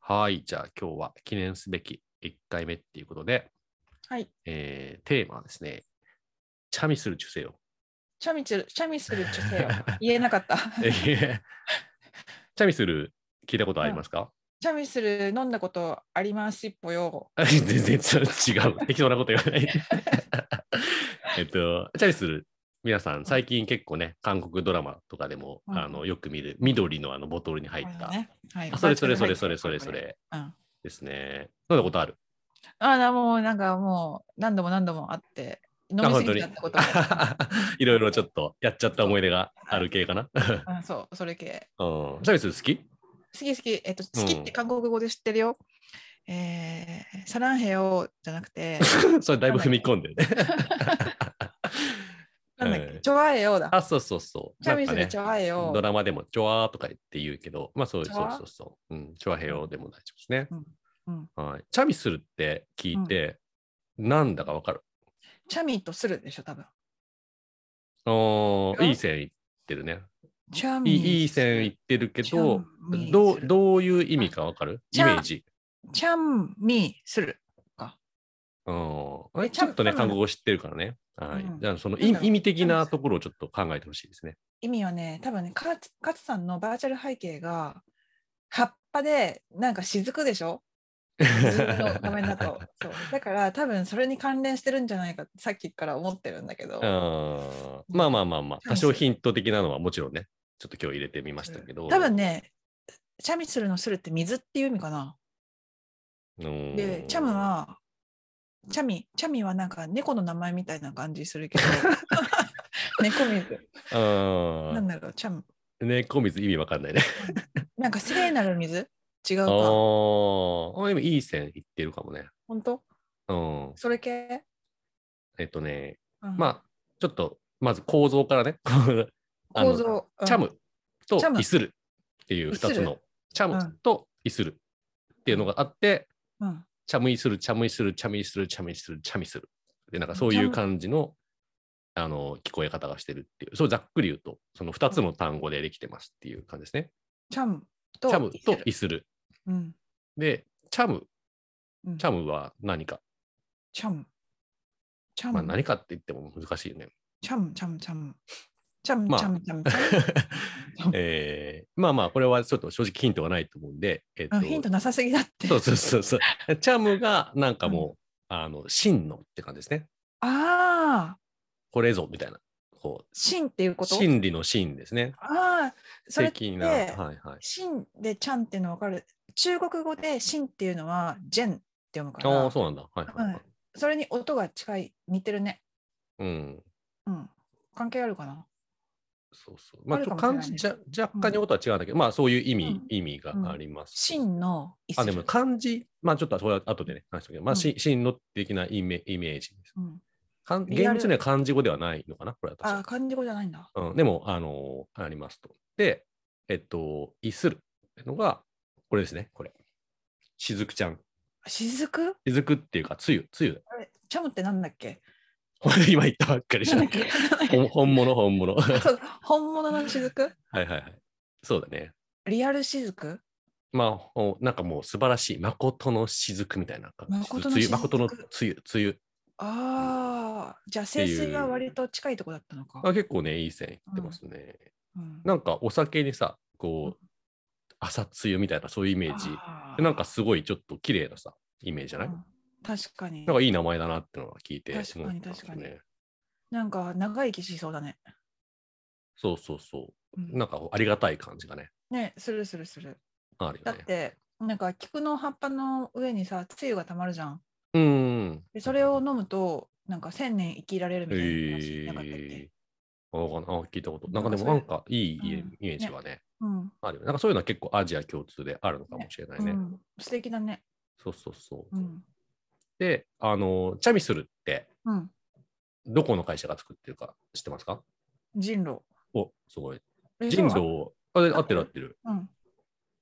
はい。じゃあ今日は記念すべき1回目っていうことで、はい。えーテーマはですね、チャミする受精を。チャミする、チャミする女 性を言えなかった。えー チャミする聞いたことありますか、 チャミする飲んだことありますっぽよ。 全然それ違う。適当なこと言わない。 えっと、チャミする。皆さん最近結構ね、韓国ドラマとかでも、うんあのよく見る緑のあのボトルに入っこれた。ねはいあそれそれそれそれそれそ。れバーチャル入ってるうんですね。飲んだことあるあなもうなんかもう何度も何度もあって飲みすぎちゃったこ とがいろいろちょっとやっちゃった思い出がある系かな。うんそうそれ系うん、チャミスル好き好き好きえっと好きって韓国語で知ってるよ、えー、サランヘヨじゃなく てそれだいぶ踏み込んでる ね。なんだっけ、うんチョアヘヨだあ、そうそうそう。チャミスなんかねルチョアヘヨドラマでも、チョアーとか言って言うけど、まあそうチそョうアそうそう。うん、チョアヘヨでも大丈夫ですね。うんはい、チャミスルって聞いて、なんだかわかる。チャミとするでしょ多分おーうんいい線いってるね。チャミいいいい線いってるけチャど、ミどすうるどういう意味かわかるイチャメージ。チャミするうんあれえちょっとね、ちゃ韓んと国語知ってるからね。はい。うんじゃあ、そのなん意だろう意味的なところをちょっと考えてほしいですね。意味はね多分ね勝勝さんのバーチャル背景が葉っぱでなんか雫でしょ自分の 画面だとそうだから多分それに関連してるんじゃないかってさっきから思ってるんだけど、うんまあまあまあまあ、多少ヒント的なのはもちろんね、ちょっと今日入れてみましたけど。多分ねチャミするのするって水っていう意味かなうん、でチャムはチャミチャミはなんか猫の名前みたいな感じす るけど 猫水うなんん、だろうチャム猫水意味わかんないね。なんか聖なる水違うあかーあ、でもいい線いってるかもね。本当うん。それ系、えっとね、うんまあ、ちょっと、まず構造からね。あの構造うんチャムとチャムイスルっていう2つイスのチャうムんとイスルっていうのがあって、うんチャムイスル、チャムイスル、チャムイスル、チャムイスル、チャミスル。で、なんかそうチいャうム感じのあの聞こえ方がしてるっていう、そうざっくり言うと、その2つの単語でできてますっていう感じですね。チャムチとャムイセとルイスル。うんで、チャム、うんチャムは何か。チャム。チャム。まあ何かって言っても難しいよね。 チャム、チャム、チャム。チャム、まあチャム、チャム。チ ャムえーまあまあ、これはちょっと正直ヒントがないと思うんで、えっうとん、ヒントなさすぎだって。そうそうそうそう。チャムがなんかもう、あの真のって感じですね。ああ、これぞみたいな。こう真っていうこと真理の真ですね。ああ、それっ的な。はいて、はい。真でちゃんっていうのわかる。中国語で真っていうのはジェンって読むから、ああ、そそうなんだ。はいはい、はいはいれに音が近い、似てるね。うん。うん。関係あるかなそうそう。まあ、あちるょかっともしれ漢な字いねじゃ若干に音は違うんだけど、まあそういう意味、うん意味があります。真のイスあでもル。漢字、まあちょっとそれは後でね、話したけど、まあ、し真の的なイメイメージです。うん、かんリ厳アル密には漢字語ではないのかな、これは確あかあ、漢字語じゃないんだ。うん、でも、あのありますと。で、えっと、いするってのが、これですね、これ。しずくちゃん。しずくしずくっていうか、つゆ、つゆだ。あれチャムってなんだっけ これ今言ったばっかりじゃなんなだっい。 け本本物、本物。 はいそう 本物のしずくはいはい。そうだね。リアルしずくまあ、おなんかもう素晴らしい、誠のしずくみたいな感じ。誠のつゆしずく誠のつゆ、つゆ。ああ、じゃあてい聖う水が割と近いとこだったのか。あ結構ね、いい線いってますね。うんなんかお酒にさ、こうう、朝つゆみたいな、そういうイメージ。あでーなんかすごいちょっと綺麗なさ、イメージじゃない、うん確かになん。かいい名前だなってのは聞いて、確かに思ったんですよね確かなんか長生きしそうだね。そうそうそうう。んなんかありがたい感じがね、ね、するするする。あるよだっね。て、なんか菊の葉っぱの上にさ、つゆがたまるじゃん。うーん。でそれを飲むと、なんか千年生きられるみたいな話なかったっけ、えー、わかんないあ聞いたこと。なんかなんでかもそなれんかいいイうんメージがね、うん、あるよね。なんかそういうのは結構アジア共通であるのかもしれないね。うん。素敵だね。そうそうそう。うん。で、あの、チャミスルってうん。どこの会社が作ってるか知ってますか人狼。お、すごい。え人。そう狼、あれ合ってる合ってる。なのうん。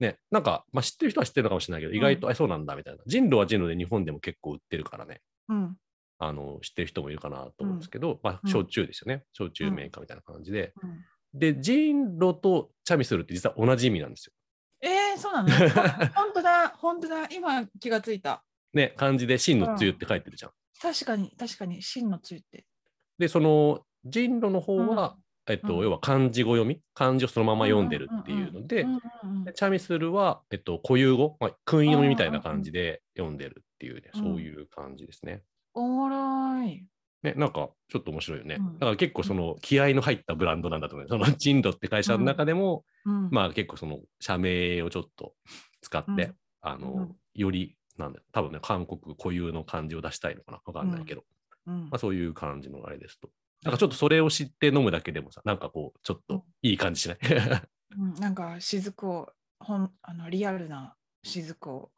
ね、なんか、まあ、知ってる人は知ってるのかもしれないけど、うん意外と、あそうなんだみたいな。人狼は人狼で日本でも結構売ってるからね、うん。あの知ってる人もいるかなと思うんですけど、まうあ、ん焼酎ですよね、焼酎メーカーみたいな感じで。うんで、人狼とチャミスルって実は同じ意味なんですよ。えー、そう なのあ本当だ、本当だ、今気がついた。ね、漢字で真の梅雨って書いてるじゃん。確かに、確かに、真のついて。で、その人路の方は、えっと、うん要は漢字語読み、漢字をそのまま読んでるっていうのでうん、うんうんでチャミスルは、えっと、固有語、まあ、訓読みみたいな感じで読んでるっていうね、うんそういう感じですね。おもろい。ね、なんかちょっと面白いよね。うんだから結構その気合いの入ったブランドなんだと思う。その人路って会社の中でも、うん、まあ結構その社名をちょっと使って、うんあの、うんより、なんだ多分ね、韓国固有の感じを出したいのかなわかんないけど、うんまあ、そういう感じのあれですと。なんかちょっとそれを知って飲むだけでもさ、なんかこう、ちょっといい感じしない うんなんか雫をほんあのリアルな雫を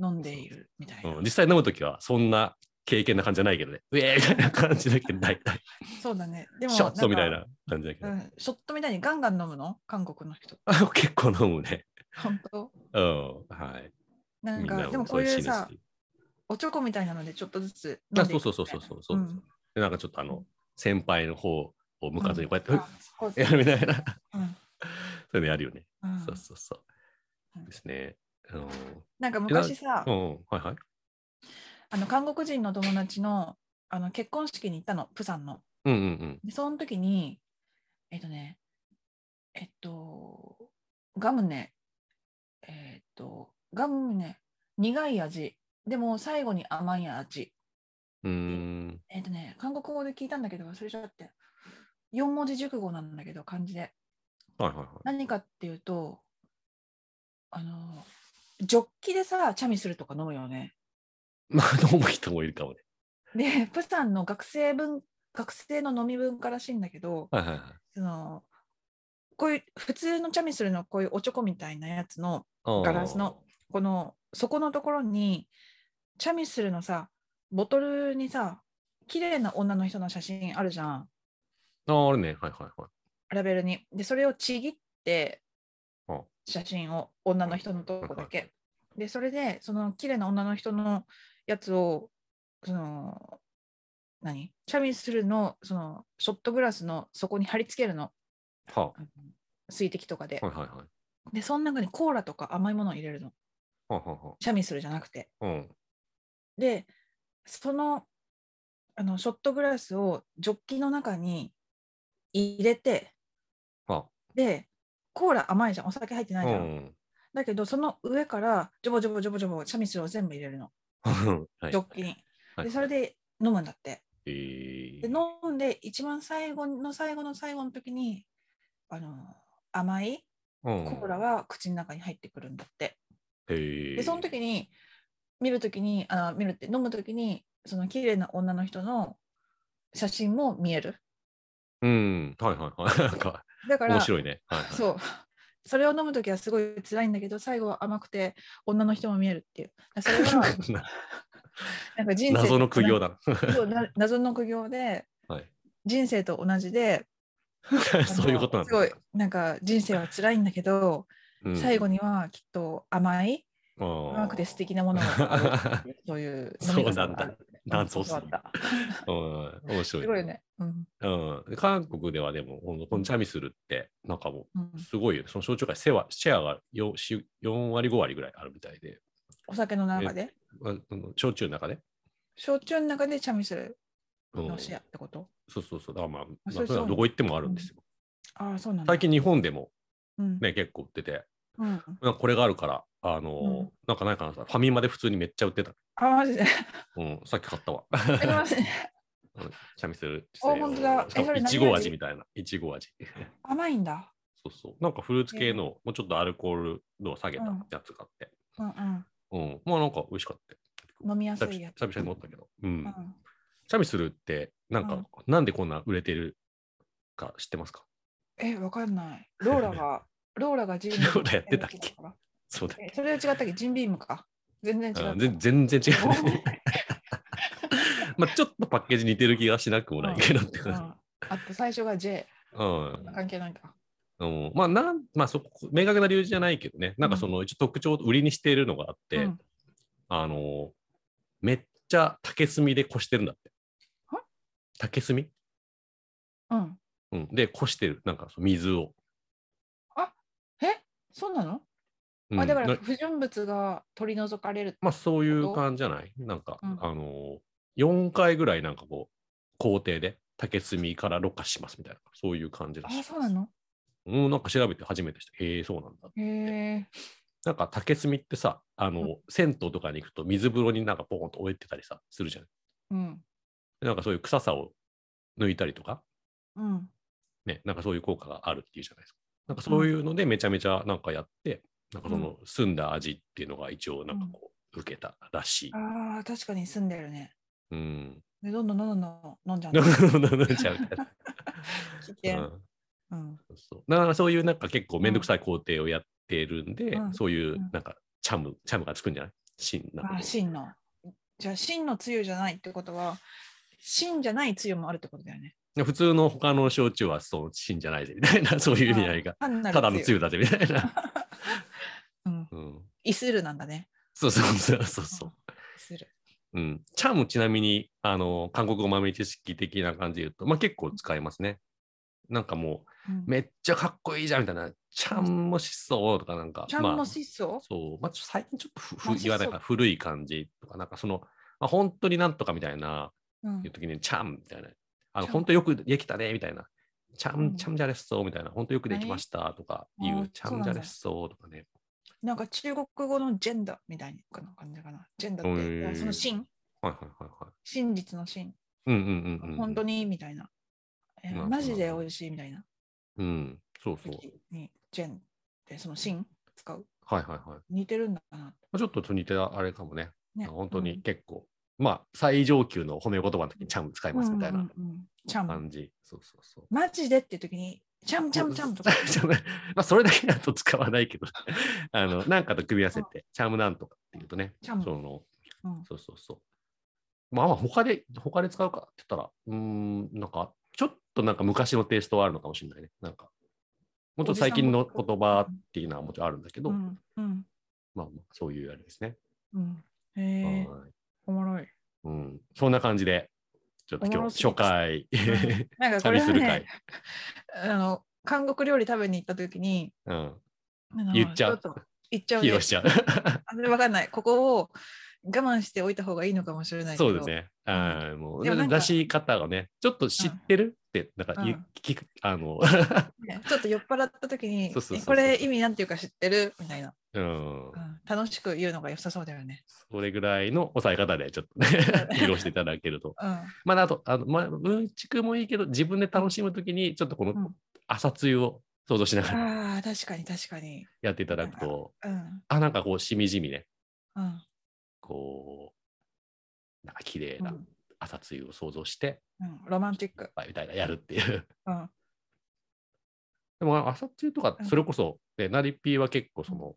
飲んでいるみたいな、うん、実際飲むときはそんな経験な感じじゃないけどね、うえーみたいな感じだけどない。ないそうだねでもショットみたいんかな感じだけどう。ん、ショットみたいにガンガン飲むの韓国の人 結構飲むね。本当うん。はい。なんみんかなでもこういう美味しさですおちょこみたいなのでちょっとずつ飲あんでそいそううくそうそうそうそう、うんでなんかちょっとあの先輩の方を向かずにこうやって、 あそうやるみたいなうんそういうのやるよね、うんそうそうそううんですねうんなんか昔さ、うんうんはいはいあの韓国人の友達のあの結婚式に行ったのプサンのうんうんでその時にえっとねえっとガムねえっとガムね苦い味でも最後に甘い味うんうーんえっとね韓国語で聞いたんだけど忘れちゃって4文字熟語なんだけど漢字ではいはいはい何かっていうとあのジョッキでさチャミするとか飲むよねまあ飲む人もいるかもねでプサンの学生文学生の飲み文化らしいんだけど、はいはいはいそのこういう普通のチャミスルのこういうおちょこみたいなやつのあーガラスのこの底のところにチャミスルのさボトルにさ綺麗な女の人の写真あるじゃんあーあるねはいはいはいラベルにでそれをちぎってうん写真を女の人のとこだけでそれでその綺麗な女の人のやつをその何チャミスルのそのショットグラスの底に貼り付けるのはあの水滴とかであ、はいはいはいでその中にコーラとか甘いものを入れるのはあはあはチャミスルじゃなくてあうんでそのあのショットグラスをジョッキの中に入れてはでコーラ甘いじゃんお酒入ってなあいじゃん、うんだけどその上からジョボジョボジョボジョボチャミスルを全部入れるの はいジョッキに、はいでそれで飲むんだってえでー飲んで一番最後の最後の最後の時にあの甘いうんコーラが口の中に入ってくるんだって、へーでその時に見る時にあ見るって飲む時にその綺麗な女の人の写真も見えるうんはいはい はいなんかだから面白いねはいはいそうそれを飲む時はすごい辛いんだけど最後は甘くて女の人も見えるっていうそれは なんか人生謎の苦行だだそうな謎の苦行でな。はい、 人生と同じでそういうことなんあのすごいなんか人生は辛いんだけど、うん最後にはきっと甘い甘くて素敵なものがあるあ ー そういうそうなんだ飲み方があるダンスをす教わるった。うん面白い。すごいよね。うんうん、韓国ではでも、ほんとこのチャミスルって、なんかもうんう、すごいよね。その小中華シェアシェアが 4, 4割、5割ぐらいあるみたいで、お酒の中であその焼酎の中で。焼酎の中でチャミスルうんのシェアってこと、そうそうそう。だからまあ、まあ、そそうれそうはどこ行ってもあるんですよ。ああそうなんだ最近、日本でもうんね、結構売ってて、うん、なんかこれがあるから、あのーうんなんかないかなさ、ファミマで普通にめっちゃ売ってた。あ マジでうん、さっき買ったわ。 ありますねチャミスル。お本当だしかえそもれい何味ちご味みたいな。いちご味。甘いんだそうそう。なんかフルーツ系の、もうちょっとアルコール度を下げたうんやつ買って。うんうんうん。まあなんか美味しかったよ。飲みやす久いやつ、々に飲んだけど。うん。うん、チャミスルって、なんか、うんなんでこんな売れてるか知ってますかえわかんないロー ラがローラがジンビームローラやってたっけそうだ、えそれは違ったっけジンビームか全然違ううん。ぜ全然違う、ね まあちょっとパッケージ似てる気がしなくもないけどって うん、感あと最初が J じ。うん。関係ないかうん、まあなん、まあ、そこ明確な理由じゃないけどね、なんかその一応特徴を売りにしているのがあって、うんあのめっちゃ竹炭でこしてるんだっては。竹炭、うんうん、でこしてる、なんかその水を。えそうなのうんあだからな不純物が取り除かれる。まあそういう感じじゃないなんか、うんあのー、4回ぐらいなんかこう、工程で竹炭からろ過しますみたいな、そういう感じらしいあです。そうなのうん、なんか調べて初めてした。へえ、そうなんだ。へえ。なんか竹炭ってさ、あの、銭湯とかに行くと水風呂になんかポーンと置いてたりさ、するじゃん。うん。でなんかそういう臭さを抜いたりとか、うん。ね、なんかそういう効果があるっていうじゃないですか。なんかそういうのでめちゃめちゃなんかやって、なんかその澄んだ味っていうのが一応なんかこう、受けたらしい。ああ、確かに住んでるね。うん。 で、どんどんどんどんどん飲んじゃう飲の。んじゃうから。危う険。んうん。そうだからそういうなんか結構めんどくさい工程をやってるんで、うんそういううんなんかチャム、チャムがつくんじゃない芯なああ、こと真の。じゃあ、真のつゆじゃないってことは、真じゃないつゆもあるってことだよね。普通の他の焼酎はそう芯じゃないぜみたいな、そういう意味合いが。あー。単なただのつゆ。ゆだぜみたいな。 うん。うん、イスルなんだね。そうそうそうそうそう。イスル。うん、チャームちなみにあの韓国語豆知識的な感じで言うと、まあ、結構使いますね。なんかもうんうめっちゃかっこいいじゃんみたいな「ちゃんもしそう」とかなんかちゃんまもあ質素そうまあ、ちょっと最近ちょっとふまあふ言わないから古い感じとかなんかその、まあ、本当になんとかみたいなうんいう時に「ちゃん」みたいな「あのちゃん本当よくできたね」みたいな「ちゃうんんちゃんじゃれっそう」みたいな「本当よくできました」とかいあうー「ちゃんじゃれっそう」とかねなんか中国語のジェンダーみたいな感じかな。ジェンダーへーって、その真、はいはいはいはい。真実の真、うんうんうんうん。本当に。にみたいな。えなーるほどマジで美味しいみたいなうん、そうそう。時に、ジェンってその真使う。はいはいはい。似てるんだな。まあちょっと似てたあれかもね。ね、本当に結構、まあ最上級の褒め言葉の時にチャム使いいますみたいなちゃん。感じ。そうそうそう。マジでって時に、ちゃんちゃんちゃんとか。そう まあそれだけだと使わないけど、 あの、なんかと組み合わせて、チャムなんとかっていうとね、チャムその、うんそうそうそう。まあまあ他で、他で使うかって言ったら、うーん、なんか、ちょっとなんか昔のテイストはあるのかもしれないね。なんか、もうちょっと最近の言葉っていうのはもちろんあるんだけど、うまんうんあまあそういうあれですね。うん。へえ、はいおもろい。うん、そんな感じで、ちょっと今おもろす日ぎ初 回、んなんかこ旅れはする回ね、、あの、韓国料理食べに行った時に、うん、あの言っちゃうょと言っちゃう披ね露しちゃう。あれわかんない。ここを我慢しておいた方がいいのかもしれないけそど。うだね。あーもうでもなんか出し方がね、ちょっと知ってる、って、なんか、うんゆ聞く、あの、ね。ちょっと酔っ払った時に、そうそうそうそうえこれ意味なんていうか知ってるみたいな、 うんう、ん楽しく言うのが良さそうだよね。それぐらいの抑え方で、ちょっと ね、披露していただけると。うん。まあ、あと、あの、まあ、文畜もいいけど、自分で楽しむときに、ちょっとこうのん朝露を想像しながらああ、確かに確かに。やっていただくと、うん。あ、なんかこう、しみじみね、うん。こう、なんか綺麗うなん朝露を想像して、うん、ロマンティック。みたいなやるっていう。 うん。でも朝露とかうんそれこそ、でナリピーは結構その、うん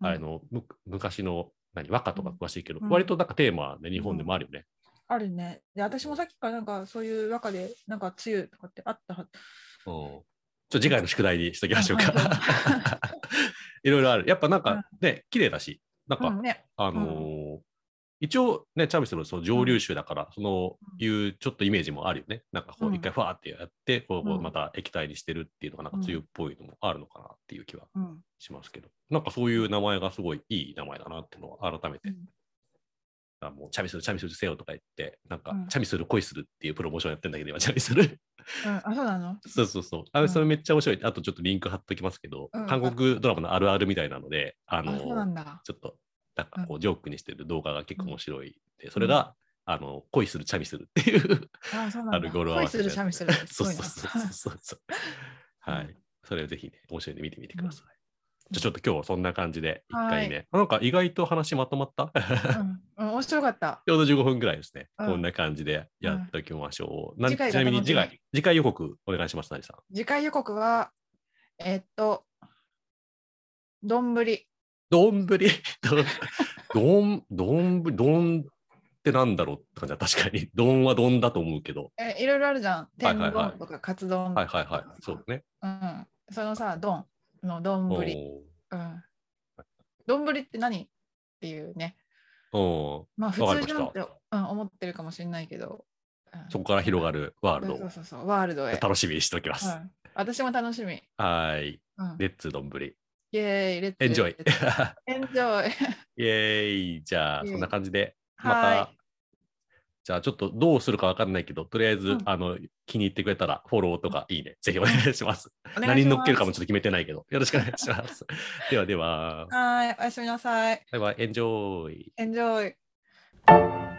あれのむ昔の何和歌とか詳しいけど、うん割となんかテーマで日本でもあるよね。あるね。で、私もさっきからなんかそういう中で、なんか梅雨とかってあったはず。うんちょっと次回の宿題にしときましょううんうんうんか。 いろいろある。やっぱなんかね、綺麗だし、なんか、うんね。あのー一応ね、チャービスのその上流州だから、そのうんいうちょっとイメージもあるよね。なんかこううん一回ファーってやって、こうこううんまた液体にしてるっていうのがなんか梅雨っぽいのもあるのかなっていう気はうん。しますけど、なんかそういう名前がすごいいい名前だなっていうのを改めて、うんあもうチャミする、チャミするせよとか言って、なんか、うんチャミする、恋するっていうプロモーションやってんだけど、今、チャミす る。うんあ、そうなのそうそうそう。あうれ、んそれめっちゃ面白い。あとちょっとリンク貼っときますけど、うん韓国ドラマのあるあるみたいなので、あのあ、そうなんだ。ちょっと、なんかこう、ジョークにしてる動画が結構面白いで、それが、あの、恋する、チャミするっていう、あ、そうなあんるだ。語呂合わ恋せする、シャミする。す そうごそいうなそうそうそう。はういん。それをぜひね、面白いんで見てみてください。うんじゃあちょっと今日はそんな感じで、一はい回ね、なんか意外と話まとまった ちうん、うん面白かった。ょうど15分ぐらいですね。うんこんな感じでやっておきましょう。なん次回ちがな楽みしみに次回、次回予告お願いします、なりさん。次回予告は、えーっと、どんぶり。どんぶり、 どん、 どんぶり、どんってなんだろうって感じだ。確かに。 どんはどんだと思うけど。えいろいろあるじゃん。は天いはいはい丼とかカツ丼はいとか。はいはい。そうね。うん。そのさ、丼の丼おぶり。うん。丼ぶりって何っていうね。ーおまあ普わかり通ましじたゃんって、うん、思ってるかもしれないけど。ーそこから広がるワーワルドをそうそうそう、ワールドへ。楽しみにしておきまうす。ん私も楽しみ。はーい。うんレッツどんぶり。イエーイ、レッツエンジョイ。エンジョイ。イエーイ。じゃあ、イエーイそんな感じで、 まはた、じゃあちょっとどうするかわかんないけど、とりあえず、うんあの、気に入ってくれたら、フォローとかいいね。ぜひお願いします。い。何に乗っけるかもしちょっと決めてないけど、よろしくお願いします。ではでは、れない。はい、おやすみなさい。バイバイ、エンジョイ。エンジョイ。